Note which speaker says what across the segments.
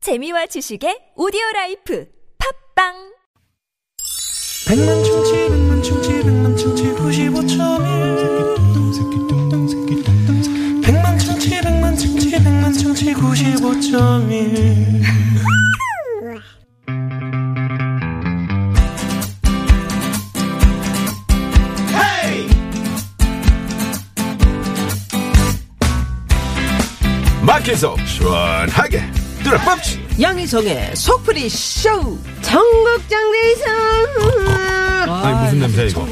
Speaker 1: 재미와 지식의 오디오 라이프 팝빵
Speaker 2: 백만 충치 백만 충치 백만 충치 95.1 백만 충치 백만 충치 백만 충치 95.1
Speaker 3: 마켓에서 시원하게 뚫어뽑지
Speaker 4: 양희성의 속풀이 쇼 청국장 대상
Speaker 3: 아니 무슨 냄새 이거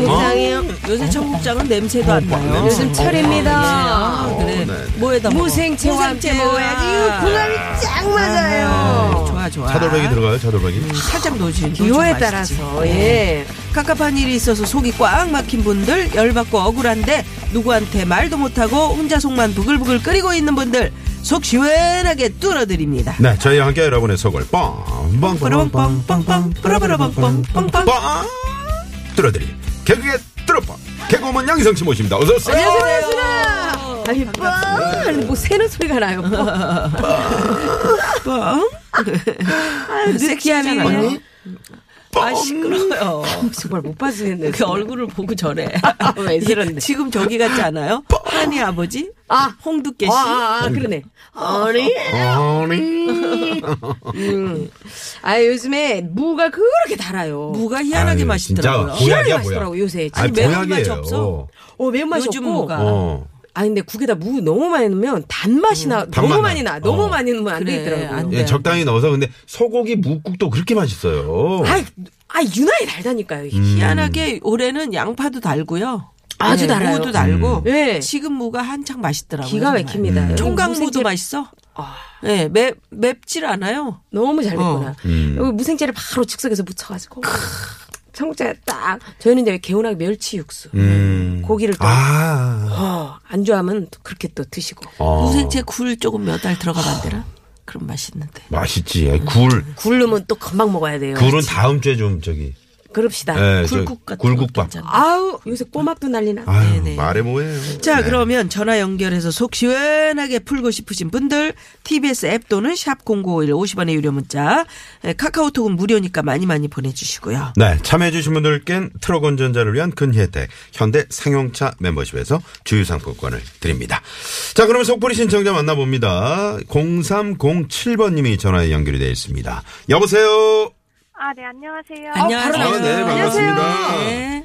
Speaker 4: 이상해요 요새 청국장은 네. 어. 냄새도 어, 네. 안 나요 요즘 철입니다 아, 그래 뭐에다 어, 무생채와 아, 네. 함께 먹어야지 이거 궁합이 쫙 맞아요 좋아 좋아
Speaker 3: 차돌박이 들어가요 차돌박이
Speaker 4: 살짝 넣어주신 기호에 따라서 예 갑갑한 일이 있어서 속이 꽉 막힌 분들 열받고 억울한데 누구한테 말도 못하고 혼자 속만 부글부글 끓이고 있는 분들 속 시원하게 뚫어드립니다
Speaker 3: 네 저희와 함께 여러분의 속을 뻥뻥뻥뻥뻥
Speaker 4: 뿌러뻥뻥뻥뻥 뿌러뿌러뻥뻥뻥뻥
Speaker 3: 뚫어드리 개그의 뚫어뻥 개그우먼 양희성 씨 모십니다 어서 오세요
Speaker 4: 아니 뻥! 뭐 새는 소리가 나요. 뻥! 뻥! 아, 섹시하잖아요. 아 시끄러워요. 정말 못 봤었는데. 그 얼굴을 보고 저래. 왜 저런데? 지금 저기 같지 않아요? 한이 아버지? 아 홍두깨 씨.
Speaker 5: 아, 아, 그러네. 아니.
Speaker 3: 아니
Speaker 5: 아, 요즘에 무가 그렇게 달아요.
Speaker 4: 무가 희한하게
Speaker 3: 아유,
Speaker 4: 맛있더라고요.
Speaker 3: 진짜 고약이야
Speaker 5: 맛있더라고,
Speaker 3: 뭐야
Speaker 5: 요새.
Speaker 3: 아니
Speaker 4: 진짜 매운맛이
Speaker 3: 보약이에요
Speaker 4: 없어.
Speaker 5: 어, 매운맛이
Speaker 4: 요즘
Speaker 5: 없고.
Speaker 4: 무가.
Speaker 3: 어
Speaker 5: 아, 근데 국에다 무 너무 많이 넣으면 단맛이 나.
Speaker 3: 음. 단맛
Speaker 5: 너무
Speaker 3: 나.
Speaker 5: 많이 나. 너무
Speaker 3: 어.
Speaker 5: 많이 넣으면 안
Speaker 4: 그래,
Speaker 5: 되더라고요.
Speaker 4: 안
Speaker 3: 예,
Speaker 4: 네.
Speaker 3: 적당히 넣어서 근데 소고기 묵국도 그렇게 맛있어요
Speaker 5: 아, 아, 유난히 달다니까요.
Speaker 3: 음.
Speaker 5: 이게.
Speaker 4: 희한하게 올해는 양파도 달고요.
Speaker 5: 아주
Speaker 4: 네,
Speaker 5: 달아요.
Speaker 4: 무도 달고.
Speaker 5: 네.
Speaker 4: 지금 무가 한창 맛있더라고요.
Speaker 5: 기가
Speaker 4: 정말. 네.
Speaker 5: 막힙니다. 여러분,
Speaker 4: 총각무도
Speaker 5: 무생채
Speaker 4: 맛있어. 예, 맵 맵질 않아요.
Speaker 5: 너무 잘 됐구나.
Speaker 3: 음.
Speaker 5: 여기 무생채를 바로 즉석에서 무쳐가지고. 청국장 딱. 저희는 이제 개운하게 멸치 육수.
Speaker 3: 음.
Speaker 5: 고기를 또.
Speaker 3: 아
Speaker 5: 어, 안 좋아하면 또 그렇게 또 드시고.
Speaker 3: 어.
Speaker 4: 무생채 굴 조금 몇 알 들어가면 안 되나? 그럼 맛있는데.
Speaker 3: 맛있지 아이, 굴
Speaker 5: 굴 넣으면 또 금방 먹어야 돼요.
Speaker 3: 굴은 다음 주에 좀 저기
Speaker 5: 그럽시다.
Speaker 3: 예, 저
Speaker 4: 굴국 같은 거
Speaker 3: 굴국밥
Speaker 4: 괜찮아.
Speaker 5: 아우 요새 꼬막도 난리나.
Speaker 3: 아유
Speaker 4: 네네.
Speaker 3: 말해 뭐해요
Speaker 4: 자, 그러면 전화 연결해서 속 시원하게 풀고 싶으신 분들 TBS 앱 또는 샵 #0951 50원의 유료 문자, 예, 카카오톡은 무료니까 많이 많이 보내주시고요.
Speaker 3: 네, 참여해주신 분들께는 트럭 운전자를 위한 근혜택 현대 상용차 멤버십에서 주유상품권을 드립니다. 자, 그러면 속보리 신청자 만나봅니다. 0307번님이 전화에 연결이 되어 있습니다. 여보세요.
Speaker 6: 아, 네, 안녕하세요.
Speaker 4: 안녕하세요.
Speaker 3: 아, 네, 반갑습니다.
Speaker 4: 네.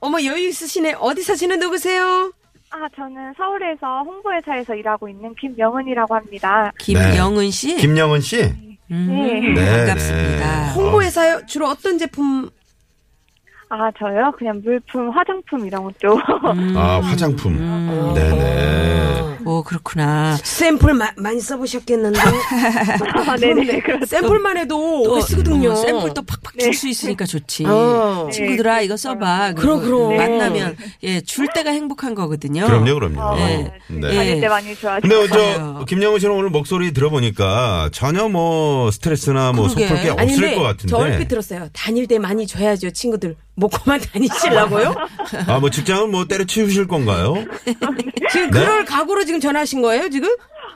Speaker 5: 어머 여유 있으시네. 어디 사시는 누구세요?
Speaker 6: 아, 저는 서울에서 홍보회사에서 일하고 있는 김명은이라고 합니다.
Speaker 4: 김영은 씨,
Speaker 3: 김영은 씨.
Speaker 4: 음.
Speaker 3: 네.
Speaker 6: 네.
Speaker 4: 네, 반갑습니다.
Speaker 5: 홍보회사요. 주로 어떤 제품?
Speaker 6: 아, 저요? 그냥 물품, 화장품 이런 쪽.
Speaker 4: 음.
Speaker 3: 어, 아, 화장품. 네, 네네.
Speaker 4: 오 어, 그렇구나.
Speaker 5: 샘플 마- 많이 써보셨겠는데.
Speaker 6: 아, 네네, 그렇죠.
Speaker 5: 샘플만 해도
Speaker 4: 또
Speaker 5: 오래 쓰거든요.
Speaker 4: 어, 샘플도 팍팍 줄 수 있으니까 좋지.
Speaker 5: 네. 어. 네.
Speaker 4: 친구들아 이거 써봐.
Speaker 5: 그럼,
Speaker 4: 그리고
Speaker 5: 그럼.
Speaker 4: 만나면 예 줄 때가 행복한 거거든요.
Speaker 3: 그럼요, 그럼요.
Speaker 4: 네.
Speaker 3: 네.
Speaker 6: 다닐 때 많이 어, 좋아하죠.
Speaker 3: 근데 저
Speaker 4: 그래요.
Speaker 3: 김영은 씨는 오늘 목소리 들어보니까 전혀 뭐 스트레스나 뭐
Speaker 4: 그러게.
Speaker 3: 속풀 게
Speaker 5: 아니
Speaker 3: 없을
Speaker 5: 근데
Speaker 3: 것 같은데.
Speaker 5: 저 얼핏 들었어요. 다닐 때 많이 줘야죠 친구들. 먹고만 다니시려고요?
Speaker 3: 아, 뭐 직장은 뭐 때려치우실 건가요?
Speaker 5: 지금
Speaker 3: 네?
Speaker 5: 그럴 각오로 지금 전화하신 거예요 지금?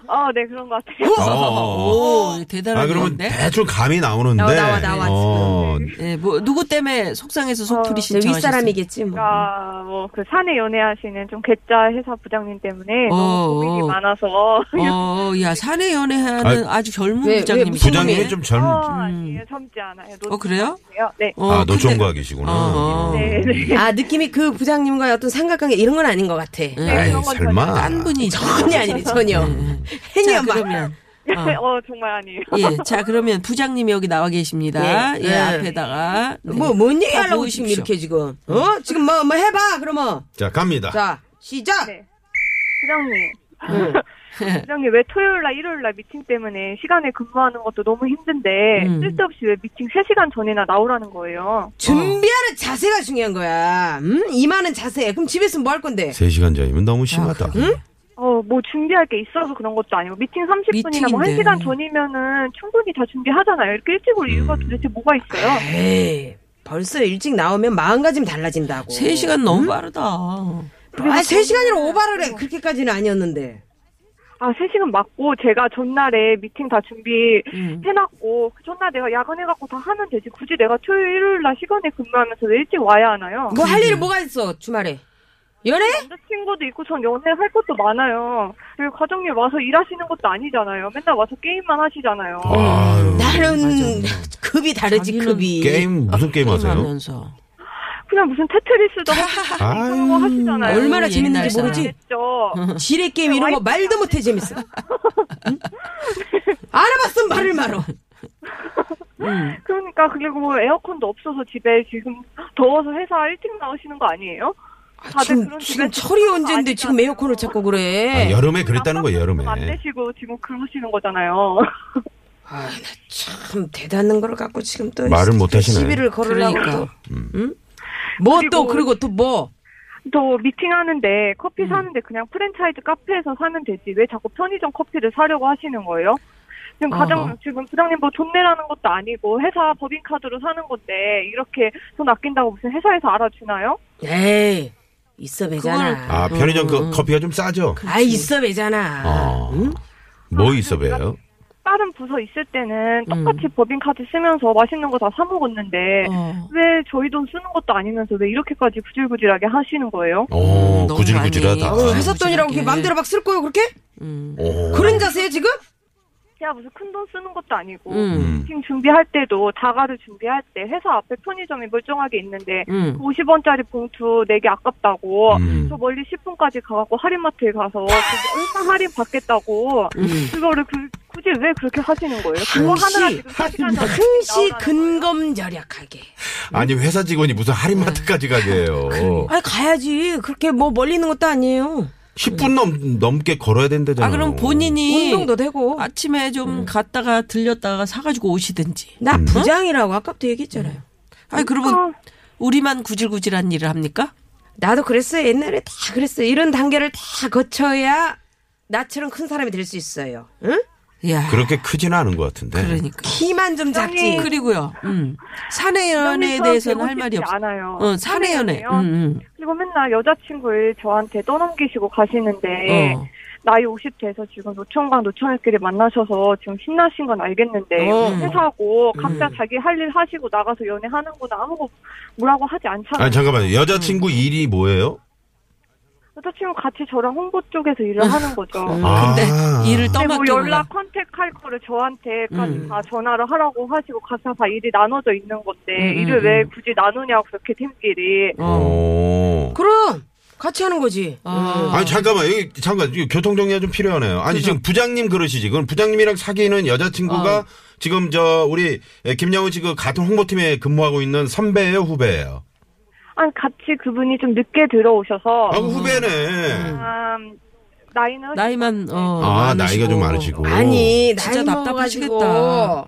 Speaker 6: 어, 네, 그런 것 같아요.
Speaker 3: 어.
Speaker 4: 오 대단한
Speaker 3: 아 그러면
Speaker 4: 건데.
Speaker 3: 대충 감이 나오는데.
Speaker 5: 나와, 나와, 나와,
Speaker 3: 어,
Speaker 4: 예, 뭐 누구 때문에 속상해서 속풀이
Speaker 5: 제
Speaker 4: 신청하셨어요?
Speaker 5: 윗사람이겠지 뭐.
Speaker 6: 아, 뭐, 그 사내 연애하시는 좀 괴짜 회사 부장님 때문에
Speaker 4: 어,
Speaker 6: 너무 고민이
Speaker 4: 어.
Speaker 6: 많아서.
Speaker 4: 어, 야 사내 연애하는 아주 젊은
Speaker 5: 왜, 왜
Speaker 4: 부장님.
Speaker 5: 무슨
Speaker 3: 부장님이 좀 젊.
Speaker 6: 어, 아니에요. 젊지 않아요.
Speaker 4: 음. 어, 그래요?
Speaker 3: 아
Speaker 4: 어,
Speaker 6: 노총각이에요. 네.
Speaker 4: 근데-
Speaker 3: 노총과 계시구나. 음.
Speaker 4: 어, 어.
Speaker 6: 네, 네.
Speaker 5: 아 느낌이 그 부장님과의 어떤 삼각관계 이런 건 아닌 것 같아.
Speaker 4: 네.
Speaker 3: 아이
Speaker 6: 네, 그런 건
Speaker 3: 설마.
Speaker 4: 딴 분이
Speaker 5: 전혀 아니네 전혀. 행여
Speaker 4: 음. 자
Speaker 5: 막.
Speaker 4: 그러면
Speaker 6: 어, 정말 아니에요.
Speaker 4: 예, 자 그러면 부장님이 여기 나와 계십니다.
Speaker 5: 예,
Speaker 4: 예,
Speaker 5: 예.
Speaker 4: 앞에다가 네.
Speaker 5: 뭐, 뭔 얘기
Speaker 4: 다
Speaker 5: 하려고
Speaker 4: 모으십시오. 아.
Speaker 5: 지금 이렇게 지금. 어? 지금 뭐, 뭐 해봐, 그러면.
Speaker 3: 자 갑니다.
Speaker 5: 자, 시작!
Speaker 6: 네. 부장님.
Speaker 4: 네.
Speaker 6: 부장님 왜 토요일날 일요일날 미팅 때문에 시간에 근무하는 것도 너무 힘든데
Speaker 4: 음.
Speaker 6: 쓸데없이 왜 미팅 3시간 전이나 나오라는 거예요.
Speaker 5: 준비하는 자세가 중요한 거야. 음? 임하는 자세. 그럼 집에서 뭐 할 건데?
Speaker 3: 세 시간 전이면 너무 심하다.
Speaker 6: 어, 뭐 준비할 게 있어서 그런 것도 아니고 미팅 30분이나 뭐
Speaker 4: 미팅인데.
Speaker 6: 1시간 전이면은 충분히 다 준비하잖아요. 이렇게 일찍 올
Speaker 4: 음.
Speaker 6: 이유가 도대체 뭐가 있어요?
Speaker 5: 에이, 벌써 일찍 나오면 마음가짐 달라진다고.
Speaker 4: 세 시간 너무 빠르다.
Speaker 5: 아, 세 시간이라 오바를 해. 그렇게까지는 아니었는데.
Speaker 6: 아, 3시간 맞고 제가 전날에 미팅 다 준비
Speaker 4: 음.
Speaker 6: 해놨고 그 전날 내가 야근해갖고 다 하면 되지 굳이 내가 토요일 일요일 날 시간에 근무하면서 왜 일찍 와야 하나요?
Speaker 5: 뭐 할 일이 뭐가 있어 주말에 연애?
Speaker 6: 남자친구도 있고 전 연애할 것도 많아요. 그리고 가정일 와서 일하시는 것도 아니잖아요. 맨날 와서 게임만 하시잖아요.
Speaker 3: 어. 아유,
Speaker 5: 음.
Speaker 3: 음.
Speaker 5: 나는 급이 다르지
Speaker 4: 자기는
Speaker 5: 급이.
Speaker 3: 게임 무슨 게임
Speaker 4: 어,
Speaker 3: 하세요?
Speaker 4: 하면서
Speaker 6: 그냥 무슨 테트리스도 하시고 그런 거 하시잖아요.
Speaker 5: 얼마나
Speaker 4: 아유,
Speaker 5: 재밌는지
Speaker 4: 옛날 사람.
Speaker 5: 모르지.
Speaker 6: 했죠.
Speaker 5: 지뢰 게임 이런 거 말도 못해 재밌어. 응? 알아봤으면 말을 말어.
Speaker 6: 그러니까 그게 뭐 에어컨도 없어서 집에 지금 더워서 회사 일찍 나오시는 거 아니에요? 다들
Speaker 5: 지금
Speaker 6: 그런
Speaker 5: 지금
Speaker 6: 집에
Speaker 5: 철이 언젠데 지금
Speaker 6: 아니잖아요.
Speaker 5: 에어컨을 찾고
Speaker 3: 아,
Speaker 5: 그래.
Speaker 3: 여름에 그랬다는 거예요, 여름에.
Speaker 6: 안 되시고 지금 그러시는 거잖아요.
Speaker 5: 참 대단한 걸 갖고 지금 또
Speaker 3: 말을 못
Speaker 5: 그
Speaker 3: 하시네. 음.
Speaker 5: 시비를 걸으려고 또.
Speaker 4: 그러니까. 뭐 또
Speaker 6: 그리고-
Speaker 4: 그리고 또 뭐?
Speaker 6: 또 미팅하는데 커피
Speaker 4: 음.
Speaker 6: 사는데 그냥 프랜차이즈 카페에서 사면 되지 왜 자꾸 편의점 커피를 사려고 하시는 거예요? 지금 가장
Speaker 4: 어허.
Speaker 6: 지금 부장님 뭐 돈 내라는 것도 아니고 회사 법인카드로 사는 건데 이렇게 돈 아낀다고 무슨 회사에서 알아주나요?
Speaker 5: 에이 있어 배잖아.
Speaker 3: 아, 편의점 그 커피가 좀 싸죠?
Speaker 5: 아 있어 배잖아.
Speaker 3: 어. 뭐 있어 배요?
Speaker 6: 다른 부서 있을 때는 똑같이 법인카드 쓰면서 맛있는 거 다 사 먹었는데
Speaker 4: 음. 어.
Speaker 6: 왜 저희 돈 쓰는 것도 아니면서 왜 이렇게까지 구질구질하게 하시는 거예요?
Speaker 3: 오,
Speaker 4: 음, 너무
Speaker 3: 어, 구질구질하다.
Speaker 4: 많이.
Speaker 5: 회사 돈이라고
Speaker 4: 무지하게.
Speaker 5: 이렇게 마음대로 막 쓸 거예요 그렇게?
Speaker 4: 음.
Speaker 3: 오.
Speaker 5: 그런 자세요 지금?
Speaker 6: 제가 무슨 큰 돈 쓰는 것도 아니고
Speaker 4: 음.
Speaker 6: 미팅 준비할 때도 자가를 준비할 때 회사 앞에 편의점이 멀쩡하게 있는데
Speaker 4: 음.
Speaker 6: 50원짜리 봉투 내기 아깝다고
Speaker 3: 음.
Speaker 6: 저 멀리 10분까지 가갖고 할인마트에 가서 그거 얼마 할인 받겠다고
Speaker 4: 음.
Speaker 6: 그거를 그- 굳이 왜 그렇게 하시는 거예요? 그거
Speaker 5: 당시
Speaker 6: 하나 지금 시간
Speaker 5: 항시 근검 절약하게.
Speaker 3: 아니, 회사 직원이 무슨 할인마트까지 가게 해요.
Speaker 5: 아니 가야지 그렇게 뭐 멀리 있는 것도 아니에요.
Speaker 3: 10분 넘, 넘게 걸어야 음. 된다잖아요.
Speaker 4: 아 그럼 본인이
Speaker 5: 운동도 되고.
Speaker 4: 아침에 좀 갔다가 들렸다가 사가지고 오시든지.
Speaker 5: 나
Speaker 3: 음.
Speaker 5: 부장이라고 아까부터 얘기했잖아요.
Speaker 4: 아니 그러면 우리만 구질구질한 일을 합니까?
Speaker 5: 나도 그랬어요. 옛날에 다 그랬어요. 이런 단계를 다 거쳐야 나처럼 큰 사람이 될 수 있어요. 응?
Speaker 4: 야,
Speaker 3: 그렇게 크지는 않은 것 같은데.
Speaker 4: 그러니까.
Speaker 5: 키만 좀 작지.
Speaker 4: 그리고요, 음. 사내 연애에 대해서는 할 말이 없어.
Speaker 6: 그러니까 않아요.
Speaker 4: 어, 사내 연애.
Speaker 6: 사내연애요?
Speaker 4: 음,
Speaker 6: 그리고 맨날 여자친구를 저한테 떠넘기시고
Speaker 4: 음.
Speaker 6: 가시는데
Speaker 4: 어.
Speaker 6: 나이 50 돼서 지금 노총과 노총일끼리 만나셔서 지금 신나신 건 알겠는데
Speaker 5: 어.
Speaker 6: 회사하고 각자
Speaker 4: 음.
Speaker 6: 자기 할 일 하시고 나가서 연애하는구나 아무거 뭐라고 하지 않잖아요.
Speaker 3: 아니, 잠깐만요.
Speaker 4: 음.
Speaker 3: 여자친구 일이 뭐예요?
Speaker 6: 여자친구 같이 저랑 홍보 쪽에서 일을 하는 거죠.
Speaker 4: 음, 근데
Speaker 3: 아.
Speaker 4: 일을
Speaker 6: 근데 뭐
Speaker 4: 그 떠맡겨.
Speaker 6: 연락 컨택할 거를 저한테까지
Speaker 4: 음.
Speaker 6: 다 전화를 하라고 하시고 가서 다 일이 나눠져 있는 건데
Speaker 4: 음,
Speaker 6: 일을
Speaker 4: 음,
Speaker 6: 왜 굳이 나누냐고 그렇게 팀끼리
Speaker 3: 어. 오.
Speaker 4: 어.
Speaker 5: 그럼 같이 하는 거지.
Speaker 4: 아.
Speaker 3: 아니 잠깐만 여기 잠깐 여기 교통 정리가 좀 필요하네요. 아니 지금 부장님 그러시지. 그럼 부장님이랑 사귀는 여자친구가
Speaker 4: 어.
Speaker 3: 지금 저 우리 김영은 씨 그 같은 홍보팀에 근무하고 있는 선배예요, 후배예요.
Speaker 6: 아니 같이 그분이 좀 늦게 들어오셔서
Speaker 3: 아, 그 후배네.
Speaker 6: 참 나이는
Speaker 4: 나이만 어,
Speaker 3: 아, 나이가
Speaker 4: 음. 많으시고.
Speaker 3: 좀 많으시고.
Speaker 5: 아니
Speaker 4: 진짜
Speaker 5: 나이 먹어가지고
Speaker 4: 답답하시겠다.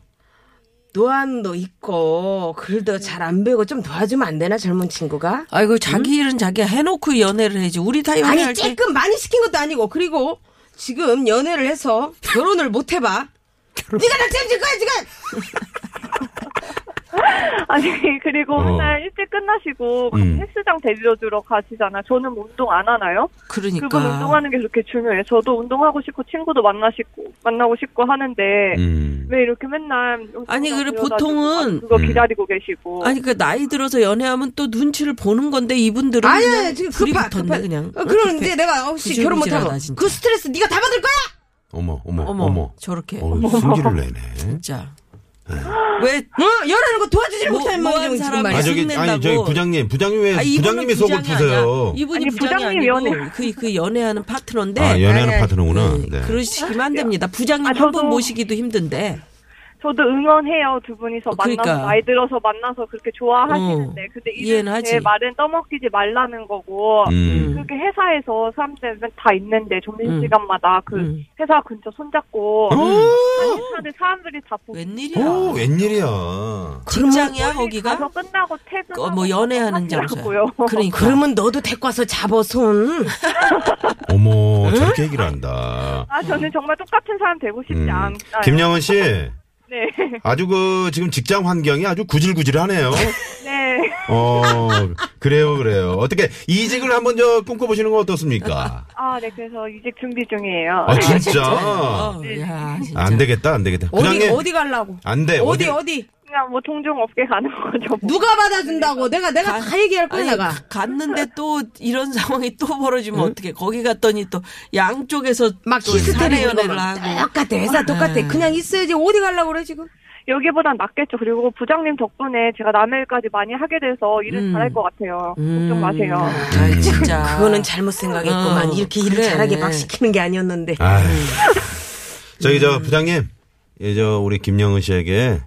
Speaker 5: 노안도 있고 글도 잘 안 배우고 좀 도와주면 안 되나 젊은 친구가?
Speaker 4: 아이고 자기 일은 자기가 해놓고 연애를 해야지. 우리 다 연애할
Speaker 5: 아니
Speaker 4: 때
Speaker 5: 쬐끔 많이 시킨 것도 아니고 그리고 지금 연애를 해서 결혼을 못 해봐. 네가 낙점질 거야 지금.
Speaker 6: 아니 그리고
Speaker 3: 어.
Speaker 6: 맨날 일찍 끝나시고
Speaker 3: 음.
Speaker 6: 헬스장 데리러 들어 가시잖아. 저는 뭐 운동 안 하나요?
Speaker 4: 그러니까.
Speaker 6: 그분 운동하는 게 그렇게 중요해. 저도 운동하고 싶고 친구도 만나시고 만나고 싶고 하는데
Speaker 3: 음.
Speaker 6: 왜 이렇게 맨날
Speaker 4: 아니, 그래,
Speaker 6: 데려다주고
Speaker 4: 보통은-
Speaker 6: 그거
Speaker 3: 음.
Speaker 6: 기다리고 계시고
Speaker 5: 뭐.
Speaker 4: 아니 그 나이 들어서 연애하면 또 눈치를 보는 건데 이분들은
Speaker 5: 아니
Speaker 4: 그냥
Speaker 5: 지금
Speaker 4: 불이
Speaker 5: 급하
Speaker 4: 붙었네
Speaker 5: 급하.
Speaker 4: 그냥.
Speaker 5: 어, 그럼 이제 내가 혹시 결혼 못 하고
Speaker 4: 구질구질하다, 진짜.
Speaker 5: 그 스트레스 네가 다 받을 거야.
Speaker 3: 어머, 어머,
Speaker 4: 어머,
Speaker 3: 어머.
Speaker 4: 저렇게.
Speaker 3: 어, 승질을 내네.
Speaker 4: 진짜. 왜
Speaker 5: 어 연애하는 거 도와주지
Speaker 4: 뭐-
Speaker 5: 못하는
Speaker 4: 뭐한
Speaker 5: 망정 지금
Speaker 4: 사람이-
Speaker 5: 말이야.
Speaker 3: 아 저기 아니
Speaker 4: 흉낸다고.
Speaker 3: 저기 부장님, 부장님 왜
Speaker 4: 아, 이분은
Speaker 3: 부장님이 속을
Speaker 4: 부장이
Speaker 3: 푸세요?
Speaker 4: 아니야. 이분이
Speaker 6: 아니,
Speaker 4: 부장이
Speaker 6: 부장님
Speaker 4: 아니고
Speaker 6: 연애-
Speaker 4: 그, 그 연애하는 파트너인데
Speaker 3: 아, 연애하는
Speaker 5: 아니,
Speaker 3: 파트너구나. 네.
Speaker 4: 그러시기만 안 됩니다. 부장님
Speaker 6: 아,
Speaker 4: 한
Speaker 6: 저도-
Speaker 4: 번 모시기도 힘든데.
Speaker 6: 저도 응원해요 두 분이서
Speaker 4: 어,
Speaker 6: 만나서
Speaker 4: 그러니까.
Speaker 6: 나이 들어서 만나서 그렇게 좋아하시는데
Speaker 4: 어,
Speaker 6: 근데
Speaker 4: 이해는
Speaker 6: 이런
Speaker 4: 하지.
Speaker 6: 제 말은 떠먹기지 말라는 거고
Speaker 3: 음.
Speaker 6: 그렇게 회사에서 사람들은 다 있는데 점심시간마다 그
Speaker 4: 음.
Speaker 6: 회사 근처
Speaker 3: 아,
Speaker 6: 손잡고
Speaker 3: 어?
Speaker 6: 음. 한시간에 사람들이 다 보고
Speaker 4: 웬일이야?
Speaker 3: 오, 웬일이야.
Speaker 4: 직장이야
Speaker 6: 멀리
Speaker 4: 거기가?
Speaker 6: 그 가서 끝나고 퇴근
Speaker 4: 어, 뭐 연애하는 장소. 그러니까.
Speaker 5: 그러면 너도 데리고 와서 잡어 손.
Speaker 3: 어머, 저렇게 얘기를 한다.
Speaker 6: 아
Speaker 4: 음.
Speaker 6: 저는 정말 똑같은 사람 되고 싶지
Speaker 3: 음.
Speaker 6: 않아요
Speaker 3: 김영은 씨.
Speaker 6: 네.
Speaker 3: 아주 그 지금 직장 환경이 아주 구질구질하네요.
Speaker 6: 네.
Speaker 3: 어 그래요, 그래요. 어떻게 이직을 한번 저 꿈꿔보시는 건 어떻습니까?
Speaker 6: 아, 네, 그래서 이직 준비 중이에요.
Speaker 3: 아, 진짜?
Speaker 4: 어, 야, 진짜.
Speaker 3: 아. 안 되겠다, 안 되겠다.
Speaker 5: 어디
Speaker 3: 부장님.
Speaker 5: 어디 갈라고?
Speaker 3: 안 돼,
Speaker 5: 어디
Speaker 3: 어디-
Speaker 5: 어디,
Speaker 6: 그냥 뭐 동종 업계 가는 거죠. 뭐.
Speaker 5: 누가 받아준다고? 내가 내가 다 얘기할 거야
Speaker 4: 아니,
Speaker 5: 내가.
Speaker 4: 가- 갔는데 또 이런 상황이 또 벌어지면 어떻게 거기 갔더니 또 양쪽에서
Speaker 5: 막
Speaker 4: 또
Speaker 5: 히스테리 이런
Speaker 4: 그 사내연애를
Speaker 5: 거막
Speaker 4: 하고
Speaker 5: 똑같아 회사 똑같아 그냥 있어야지 어디 갈라고 그래 지금
Speaker 3: 음.
Speaker 6: 여기보단 낫겠죠. 그리고 부장님 덕분에 제가 남일까지 많이 하게 돼서 일을
Speaker 4: 음.
Speaker 6: 잘할 것 같아요.
Speaker 5: 음.
Speaker 6: 걱정 마세요.
Speaker 4: 아이,
Speaker 3: 음.
Speaker 4: 진짜
Speaker 5: 그거는 잘못 생각했구만
Speaker 4: 어,
Speaker 5: 이렇게 일을
Speaker 4: 그래.
Speaker 5: 잘하게 막 시키는 게 아니었는데
Speaker 3: 아 저기 저 부장님, 예, 저 우리 김영은 씨에게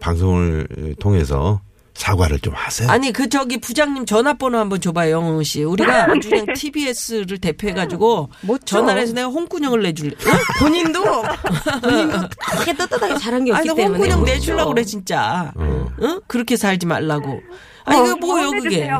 Speaker 3: 방송을 통해서 사과를 좀 하세요.
Speaker 4: 아니 그 저기 부장님 전화번호 한번 줘봐요 영웅 씨
Speaker 5: 네.
Speaker 4: 우리가 아주 그냥 TBS를 대표해가지고
Speaker 5: 멋져.
Speaker 4: 전화를 해서 내가 홍군형을 내줄래
Speaker 5: 음, 본인도 본인도 크게 떳떳하게 잘한 게
Speaker 4: 아니
Speaker 5: 없기
Speaker 4: 나
Speaker 5: 때문에
Speaker 4: 홍군형 내주려고 그래 진짜
Speaker 3: 어.
Speaker 4: 응 그렇게 살지 말라고 아니
Speaker 5: 어,
Speaker 4: 그게 뭐예요 그게
Speaker 6: 혼내주세요.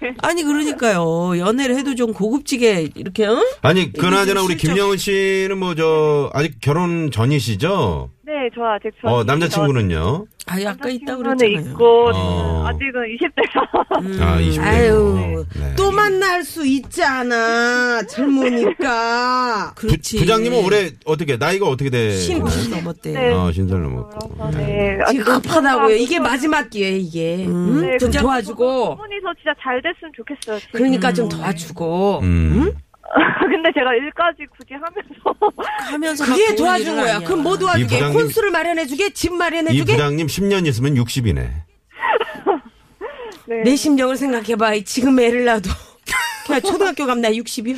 Speaker 6: 네.
Speaker 4: 아니 그러니까요 연애를 해도 좀 고급지게 이렇게 응?
Speaker 3: 아니, 그나저나 우리
Speaker 4: 실적-
Speaker 3: 김영은 씨는 뭐 저 아직 결혼 전이시죠?
Speaker 6: 네, 저 아직 저
Speaker 3: 어, 남자친구는요?
Speaker 4: 아 아까 있다
Speaker 6: 남자친구는
Speaker 4: 그랬잖아요
Speaker 6: 있고
Speaker 3: 어.
Speaker 6: 아직은 20대라.
Speaker 5: 음.
Speaker 4: 음,
Speaker 3: 아, 20대.
Speaker 5: 아유
Speaker 3: 네.
Speaker 5: 또 만날 수 있지 않아 젊으니까
Speaker 4: 그렇지
Speaker 3: 부, 장님은 올해 어떻게 나이가 어떻게 돼?
Speaker 4: 신분 넘었대
Speaker 6: 네.
Speaker 3: 어, 신살 넘었고.
Speaker 6: 네.
Speaker 4: 아,
Speaker 5: 지금 급하다고요 이게 마지막 기회 이게
Speaker 4: 음.
Speaker 5: 응?
Speaker 6: 네,
Speaker 5: 좀
Speaker 6: 그냥
Speaker 5: 도와주고
Speaker 6: 부분에서 진짜 잘 됐으면 좋겠어요. 진짜.
Speaker 5: 그러니까 좀 도와주고
Speaker 3: 음.
Speaker 6: 근데 제가 일까지 굳이 하면서
Speaker 4: 하면서 막
Speaker 5: 그게
Speaker 4: 좋은
Speaker 5: 도와준
Speaker 4: 일은
Speaker 5: 거야
Speaker 4: 아니야.
Speaker 5: 그럼 뭐 도와주게
Speaker 3: 이 부장님-
Speaker 5: 콘수를 마련해주게 집
Speaker 4: 네,
Speaker 3: 이
Speaker 5: 마련해주게
Speaker 3: 부장님 10년 있으면 60이네.
Speaker 6: 네.
Speaker 5: 내 심정을 생각해봐. 이 지금 애를 낳아도. 그냥 초등학교 가면 나 60일.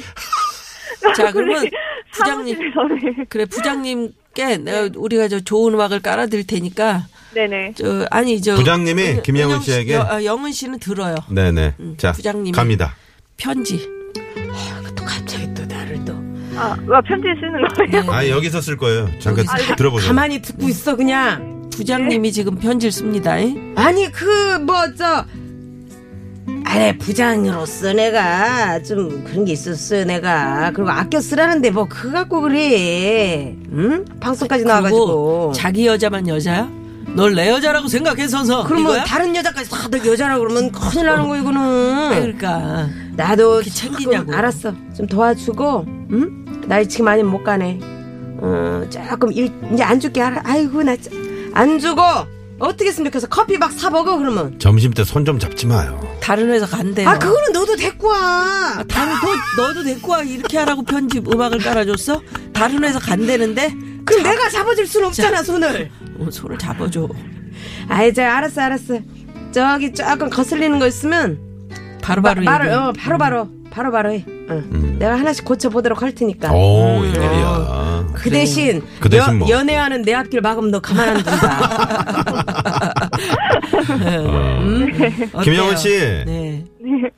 Speaker 4: 자 그러면 부장님
Speaker 6: 사무실에서는 네.
Speaker 4: 그래 부장님께 내가 우리가 저 좋은 음악을 깔아드릴 테니까
Speaker 6: 네네.
Speaker 4: 저 아니 저그
Speaker 3: 부장님이 김영은
Speaker 4: 은영 씨,
Speaker 3: 씨에게?
Speaker 4: 여- 아, 영은 씨는 들어요
Speaker 3: 네네. 자,
Speaker 4: 음, 부장님이-
Speaker 3: 갑니다.
Speaker 4: 편지
Speaker 5: 아, 또 갑자기 또 나를 또.
Speaker 6: 아, 와, 편지 쓰는
Speaker 5: 네.
Speaker 6: 거예요?
Speaker 3: 아,
Speaker 4: 네.
Speaker 3: 여기서 쓸 거예요. 잠깐 들어보세요.
Speaker 5: 가만히 듣고 있어 그냥. 네.
Speaker 4: 부장님이 지금 편지를 씁니다. 잉?
Speaker 5: 아니 그 뭐 저. 아래 부장으로서 내가 좀 그런 게 있었어요 내가 그리고 아껴 쓰라는데 뭐 그거 갖고 그래 응 방송까지
Speaker 4: 그리고
Speaker 5: 나와가지고
Speaker 4: 자기 여자만 여자야? 널 내 여자라고 생각해서서
Speaker 5: 그러면
Speaker 4: 이거야?
Speaker 5: 뭐 다른 여자까지 다들 여자라 그러면 큰일 나는 거
Speaker 4: 아니,
Speaker 5: 이거는
Speaker 4: 그러니까
Speaker 5: 나도
Speaker 4: 그렇게
Speaker 5: 조금
Speaker 4: 챙기냐고.
Speaker 5: 알았어. 좀 도와주고, 응? 나 지금 아니면 못 가네. 어, 조금 일, 이제 안 줄게. 알아. 아이고, 나, 짜- 안 주고, 어떻겠습니까? 그래서 커피 막 사먹어, 그러면.
Speaker 3: 점심 때 손 좀 잡지 마요.
Speaker 4: 다른 회사 간대요. 아,
Speaker 5: 아, 그거는 너도 데리고 와.
Speaker 4: 다른 너, 너도 데리고 와 이렇게 하라고 편지 음악을 깔아줬어? 다른 회사 간대는데
Speaker 5: 그럼 내가 잡아줄 순 없잖아, 손을.
Speaker 4: 어, 손을 잡아줘.
Speaker 5: 아이, 저, 알았어, 알았어. 저기, 조금 거슬리는 거 있으면,
Speaker 4: 바로바로
Speaker 5: 마- 말을,
Speaker 4: 얘기해.
Speaker 5: 어, 바로바로, 바로바로 해. 어.
Speaker 3: 음.
Speaker 5: 내가 하나씩 고쳐보도록 할 테니까.
Speaker 4: 아,
Speaker 3: 오, 웬일이야.
Speaker 5: 그 대신,
Speaker 3: 어, 그 대신 뭐?
Speaker 5: 연, 애하는 내 앞길 막으면 너 가만 안 둔다.
Speaker 4: 어때요?
Speaker 3: 김영은 씨. 네.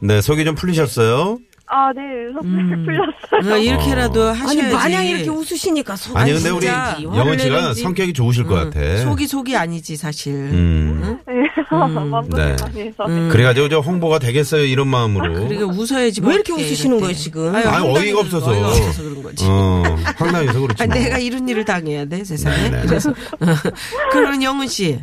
Speaker 4: 네.
Speaker 3: 속이 좀 풀리셨어요?
Speaker 6: 아, 네.
Speaker 5: 음.
Speaker 6: 풀렸어요.
Speaker 4: 어, 이렇게라도 하셔야지.
Speaker 5: 아니, 마냥 이렇게 웃으시니까 속
Speaker 3: 아니,
Speaker 4: 아니,
Speaker 3: 근데 우리
Speaker 4: 진짜
Speaker 3: 영은 씨가
Speaker 4: 내는지. 음,
Speaker 3: 성격이 좋으실 것 같아.
Speaker 4: 속이 속이 아니지 사실.
Speaker 3: 음.
Speaker 6: 네. 마음고생
Speaker 3: 네.
Speaker 6: 많이 해서.
Speaker 3: 그래가지고 저 홍보가 되겠어요, 이런 마음으로.
Speaker 4: 아, 그리고 웃어야지.
Speaker 5: 왜 이렇게
Speaker 4: 어떡해,
Speaker 5: 웃으시는
Speaker 4: 이럴
Speaker 5: 거예요,
Speaker 4: 때.
Speaker 5: 지금?
Speaker 4: 아유,
Speaker 3: 아유,
Speaker 4: 황당해서
Speaker 3: 어이가 없어서.
Speaker 4: 어이가 없어서 그런 거지.
Speaker 3: 어, 황당해서 그렇지.
Speaker 4: 아,
Speaker 3: 뭐.
Speaker 4: 내가 이런 일을 당해야 돼 세상에.
Speaker 3: 네네.
Speaker 4: 그래서 그런 영은 씨,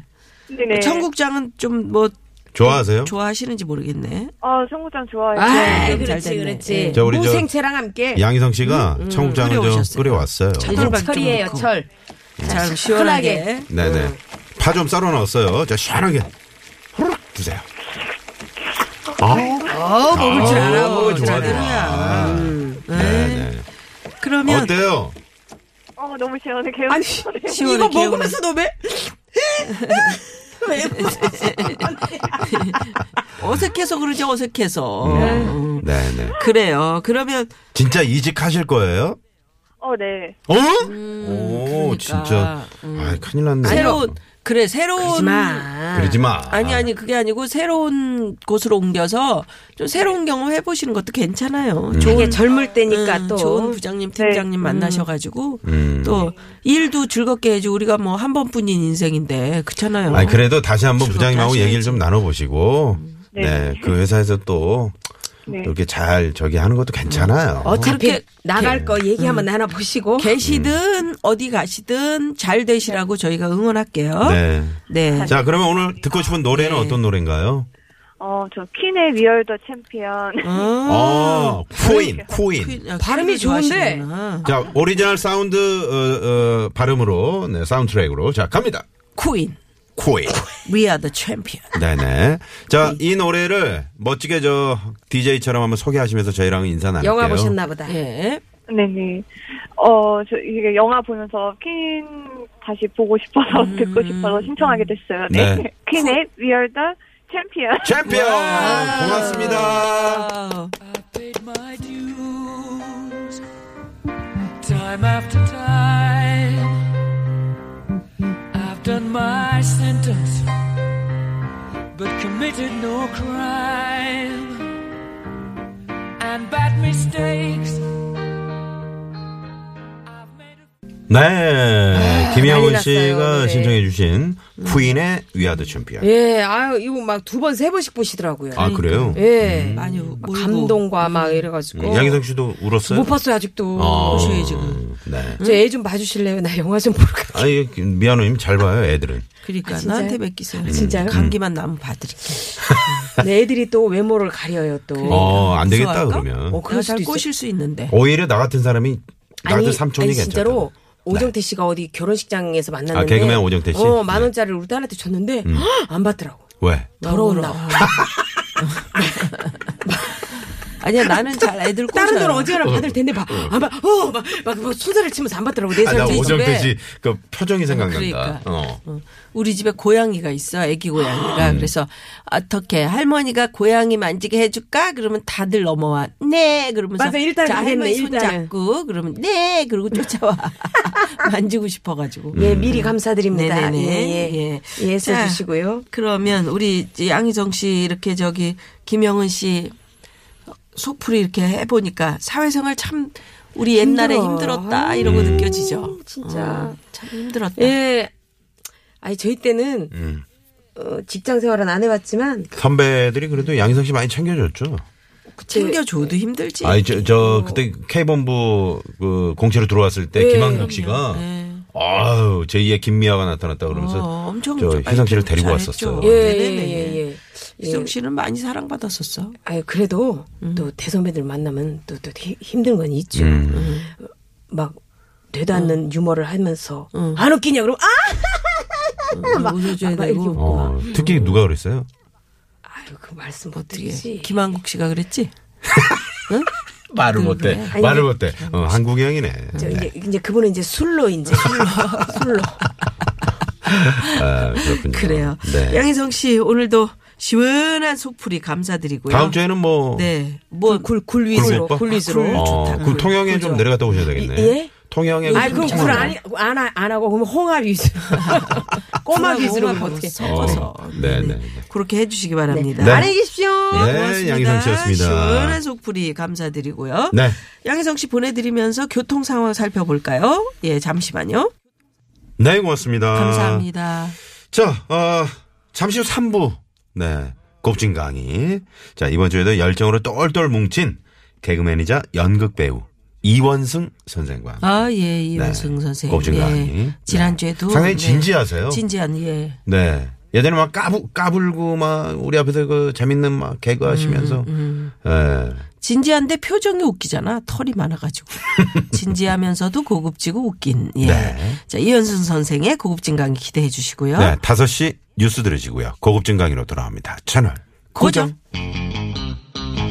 Speaker 6: 네네.
Speaker 4: 청국장은 좀 뭐
Speaker 3: 좋아하세요?
Speaker 4: 좋아하시는지 모르겠네.
Speaker 6: 아, 청국장 좋아해요.
Speaker 5: 아,
Speaker 4: 잘
Speaker 5: 그렇지,
Speaker 4: 됐네.
Speaker 5: 그렇지.
Speaker 3: 자, 우리 저-
Speaker 5: 무생채랑 함께
Speaker 3: 양희성 씨가 청국장을
Speaker 4: 끓여오셨어요.
Speaker 3: 저 끓여왔어요.
Speaker 4: 꿀 아, 박좀
Speaker 5: 철이에요,
Speaker 4: 넣고.
Speaker 5: 철.
Speaker 4: 잘 시원하게.
Speaker 5: 시원하게.
Speaker 3: 네네. 파 좀 썰어 넣었어요. 자, 시원하게. 후루룩 드세요.
Speaker 4: 아.
Speaker 5: 어, 먹을 줄 알아.
Speaker 3: 아, 먹을 줄
Speaker 4: 잘
Speaker 3: 알아.
Speaker 4: 알아. 네.
Speaker 3: 네네.
Speaker 4: 그러면
Speaker 3: 어때요?
Speaker 6: 어, 너무 시원해. 개운해.
Speaker 5: 아니,
Speaker 4: 시원해,
Speaker 5: 이거
Speaker 4: 개운해.
Speaker 5: 먹으면서 너 왜? 왜 웃으세요?
Speaker 4: 어색해서 그러지 어색해서. 음.
Speaker 3: 네네.
Speaker 4: 그래요. 그러면
Speaker 3: 진짜 이직하실 거예요?
Speaker 6: 어, 네.
Speaker 3: 어? 오, 진짜. 아, 큰일 났네.
Speaker 4: 음, 그러니까. 새로운 그래 새로운
Speaker 5: 마.
Speaker 3: 그러지 마.
Speaker 4: 아니 아니 그게 아니고 새로운 곳으로 옮겨서 좀 새로운
Speaker 5: 네.
Speaker 4: 경험 해보시는 것도 괜찮아요. 좋은
Speaker 5: 이게 젊을 때니까
Speaker 4: 음,
Speaker 5: 음. 그러니까 또. 네. 음.
Speaker 4: 좋은 부장님 팀장님 만나셔가지고
Speaker 3: 음.
Speaker 4: 또 일도 즐겁게 해주고 우리가 뭐 한 번뿐인 인생인데 그렇잖아요.
Speaker 3: 아니, 그래도 다시 한번 부장님하고
Speaker 4: 하셔야지.
Speaker 3: 얘기를 좀 나눠보시고. 네. 그 회사에서 또
Speaker 6: 네.
Speaker 3: 이렇게 잘 저기 하는 것도 괜찮아요.
Speaker 5: 어차피
Speaker 4: 그렇게-
Speaker 5: 나갈 거 얘기 한번 나눠 보시고. 음.
Speaker 4: 계시든 어디 가시든 잘
Speaker 5: 네.
Speaker 4: 되시라고 저희가 응원할게요.
Speaker 3: 네.
Speaker 4: 네.
Speaker 3: 자, 그러면 오늘 듣고 싶은 노래는 어떤 노래인가요?
Speaker 6: 어, 저 퀸의 위얼더 챔피언.
Speaker 3: 어, 코인, 코인.
Speaker 4: 퀸, 아,
Speaker 5: 아, 발음이
Speaker 4: 퀸을
Speaker 5: 좋은데.
Speaker 4: 좋아하시는구나.
Speaker 3: 자, 오리지널 사운드, 어, 어, 발음으로, 네, 사운드 트랙으로. 자, 갑니다.
Speaker 4: 코인.
Speaker 3: 코인.
Speaker 4: We are the champion.
Speaker 3: 네네. 자, 이 노래를 멋지게 저 DJ처럼 한번 소개하시면서 저희랑 인사 나눌게요.
Speaker 5: 영화 보셨나 보다.
Speaker 4: 예.
Speaker 6: 네네. 어, 저 이게 영화 보면서 퀸 다시 보고 싶어서 듣고 싶어서 신청하게 됐어요. 네.
Speaker 3: 네.
Speaker 6: 퀸의 위얼더 챔피언.
Speaker 3: 챔피언! 고맙습니다.
Speaker 4: 아,
Speaker 2: I paid my dues time after time. I've done my sentence, but committed no crime. And bad mistakes. I've made a
Speaker 3: 네.
Speaker 5: 아, 난리
Speaker 3: 김영훈
Speaker 5: 났어요,
Speaker 3: 씨가
Speaker 5: 노래.
Speaker 3: 신청해주신 퀸의 위아드 챔피언.
Speaker 5: 예, 아유, 이거 막 두 번, 세 번씩 보시더라고요.
Speaker 3: 아, 그래요? 음,
Speaker 5: 예.
Speaker 4: 많이 울-
Speaker 5: 막
Speaker 4: 울고.
Speaker 5: 감동과 막 이래가지고.
Speaker 3: 양희성 씨도 울었어요?
Speaker 5: 못 봤어요, 아직도.
Speaker 3: 아,
Speaker 4: 오셔요, 지금.
Speaker 3: 네.
Speaker 5: 저 애 좀 봐주실래요? 나 영화 좀 볼까?
Speaker 3: 아, 이게 미안해요. 잘 봐요, 애들은.
Speaker 4: 그러니까
Speaker 5: 아, 진짜요?
Speaker 4: 나한테 맡기세요. 음.
Speaker 5: 진짜요? 음.
Speaker 4: 감기만 나면 봐드릴게요.
Speaker 5: 내 애들이 또 외모를 가려요, 또.
Speaker 3: 어, 안 되겠다,
Speaker 4: 무서워할까?
Speaker 3: 그러면.
Speaker 5: 어,
Speaker 4: 내가
Speaker 5: 그럴
Speaker 4: 잘
Speaker 5: 수도 있어.
Speaker 4: 꼬실 수 있는데.
Speaker 3: 오히려 나 같은 사람이, 나 같은 삼촌이
Speaker 5: 아니,
Speaker 3: 괜찮다. 네.
Speaker 5: 진짜로 오정태 씨가 어디 결혼식장에서 만났는데
Speaker 3: 아, 개그맨 오정태 씨? 음.
Speaker 5: 어, 만 원짜리를 우리 딸한테 줬는데 헉, 안 받더라고.
Speaker 3: 왜?
Speaker 5: 더러웠나 봐.
Speaker 4: 아니야, 나는 잘 애들 꼬셔요.
Speaker 5: 다른 돈 어지간하 면 받을 텐데 막, 아, 막, 어, 막, 막, 뭐 손자를 치면서 안 받더라고. 내
Speaker 3: 아, 나
Speaker 5: 사람 제 집에.
Speaker 3: 오정태 씨그 표정이 생각난다.
Speaker 4: 그러니까.
Speaker 3: 어.
Speaker 4: 어, 우리 집에 고양이가 있어, 애기
Speaker 3: 음.
Speaker 4: 고양이가. 그래서, 어떻게, 할머니가 고양이 만지게 해줄까? 그러면 다들 넘어와. 네! 그러면서.
Speaker 5: 맞아, 일단
Speaker 4: 자,
Speaker 5: 가겠네,
Speaker 4: 할머니 손
Speaker 5: 일단은.
Speaker 4: 잡고, 그러면, 네! 그러고 쫓아와. 만지고
Speaker 3: 음.
Speaker 4: 싶어가지고.
Speaker 5: 예, 미리 감사드립니다.
Speaker 4: 네네네.
Speaker 5: 예, 예. 예, 써주시고요.
Speaker 4: 그러면 우리 이제 양희정 씨 이렇게 저기 김영은 씨 속풀이 이렇게 해보니까 사회생활 참 우리 옛날에
Speaker 5: 힘들어.
Speaker 4: 힘들었다 이런 거 느껴지죠.
Speaker 5: 진짜.
Speaker 4: 어, 참 힘들었다.
Speaker 5: 음. 예. 아니, 저희 때는,
Speaker 3: 음.
Speaker 5: 어, 직장 생활은 안 해봤지만,
Speaker 3: 선배들이 그래도 양희성 씨 많이 챙겨줬죠.
Speaker 4: 그 챙겨줘도
Speaker 5: 예.
Speaker 4: 힘들지.
Speaker 3: 아니 저, 저 그때 K본부 그 공채로 들어왔을 때
Speaker 5: 네,
Speaker 3: 김학력 씨가 아유 제2의 김미아가 나타났다 그러면서
Speaker 4: 예. 어, 엄청
Speaker 3: 저
Speaker 4: 좀-
Speaker 3: 희성 씨를 데리고
Speaker 4: 잘했죠.
Speaker 3: 왔었어요.
Speaker 5: 예, 예,
Speaker 4: 네네네.
Speaker 5: 예, 예.
Speaker 4: 희정 씨는 많이 사랑받았었어.
Speaker 5: 아유, 그래도 또 대선배들 만나면 또, 또 히- 힘든 건 있죠.
Speaker 3: 음.
Speaker 5: 막 되도 않는 유머를 하면서 안 웃기냐 그러면 아
Speaker 4: 어, 웃어줘야
Speaker 5: 막 아, 이렇게
Speaker 4: 되고.
Speaker 5: 웃고.
Speaker 3: 어, 특히 누가 그랬어요?
Speaker 5: 아유 그 말씀 못
Speaker 4: 어떻게
Speaker 5: 드리지.
Speaker 4: 김한국 씨가 그랬지?
Speaker 5: 아.
Speaker 3: 말을 못해. 말을 못해. 어, 한국이 형이네.
Speaker 5: 저
Speaker 3: 네.
Speaker 5: 이제 이제 그분은 이제 술로 이제 술로 술로
Speaker 3: 아, 그렇군요.
Speaker 4: 그래요.
Speaker 3: 네.
Speaker 4: 양희성 씨 오늘도 시원한 속풀이 감사드리고요.
Speaker 3: 다음 주에는 뭐
Speaker 4: 네. 뭐
Speaker 5: 그
Speaker 4: 굴, 굴 위주로
Speaker 3: 굴국밥?
Speaker 4: 굴 위주로
Speaker 3: 어,
Speaker 4: 좋다.
Speaker 3: 그럼 통영에 좀 내려갔다 오셔야 되겠네.
Speaker 5: 이- 예?
Speaker 3: 통영에
Speaker 5: 아니 그럼
Speaker 3: 좀
Speaker 5: 굴 안, 안, 하- 안 하고 그러면 홍합 위주 꼬마
Speaker 4: 굴하고
Speaker 5: 위주로
Speaker 4: 홍합하고
Speaker 5: 어떻게
Speaker 4: 섞어서
Speaker 3: 어, 네, 네, 네.
Speaker 4: 그렇게 해주시기 바랍니다.
Speaker 3: 네.
Speaker 5: 안녕히 계십시오
Speaker 3: 네, 양희성 씨였습니다.
Speaker 4: 시원한 속풀이 감사드리고요.
Speaker 3: 네.
Speaker 4: 양희성 씨 보내드리면서 교통 상황 살펴볼까요? 예, 잠시만요.
Speaker 3: 네, 고맙습니다.
Speaker 4: 감사합니다.
Speaker 3: 자, 어, 잠시 후 3부. 네. 곱진 강의. 자, 이번 주에도 열정으로 똘똘 뭉친 개그맨이자 연극 배우 이원승 선생과. 함께.
Speaker 4: 아, 예, 이원승
Speaker 3: 네.
Speaker 4: 선생님.
Speaker 3: 꼽진 거
Speaker 4: 예.
Speaker 3: 아니니?
Speaker 4: 지난주에도.
Speaker 3: 상당히
Speaker 4: 네.
Speaker 3: 진지하세요.
Speaker 4: 진지한, 예.
Speaker 3: 네. 예전에 막 까불, 까불고 막 우리 앞에서 그 재밌는 막 개그 하시면서. 예.
Speaker 4: 진지한데 표정이 웃기잖아. 털이 많아가지고. 진지하면서도 고급지고 웃긴. 예.
Speaker 3: 네.
Speaker 4: 자, 이현순 선생의 고급진 강의 기대해 주시고요.
Speaker 3: 네. 5시 뉴스 들으시고요. 고급진 강의로 돌아옵니다. 채널
Speaker 4: 고정.
Speaker 3: 고정.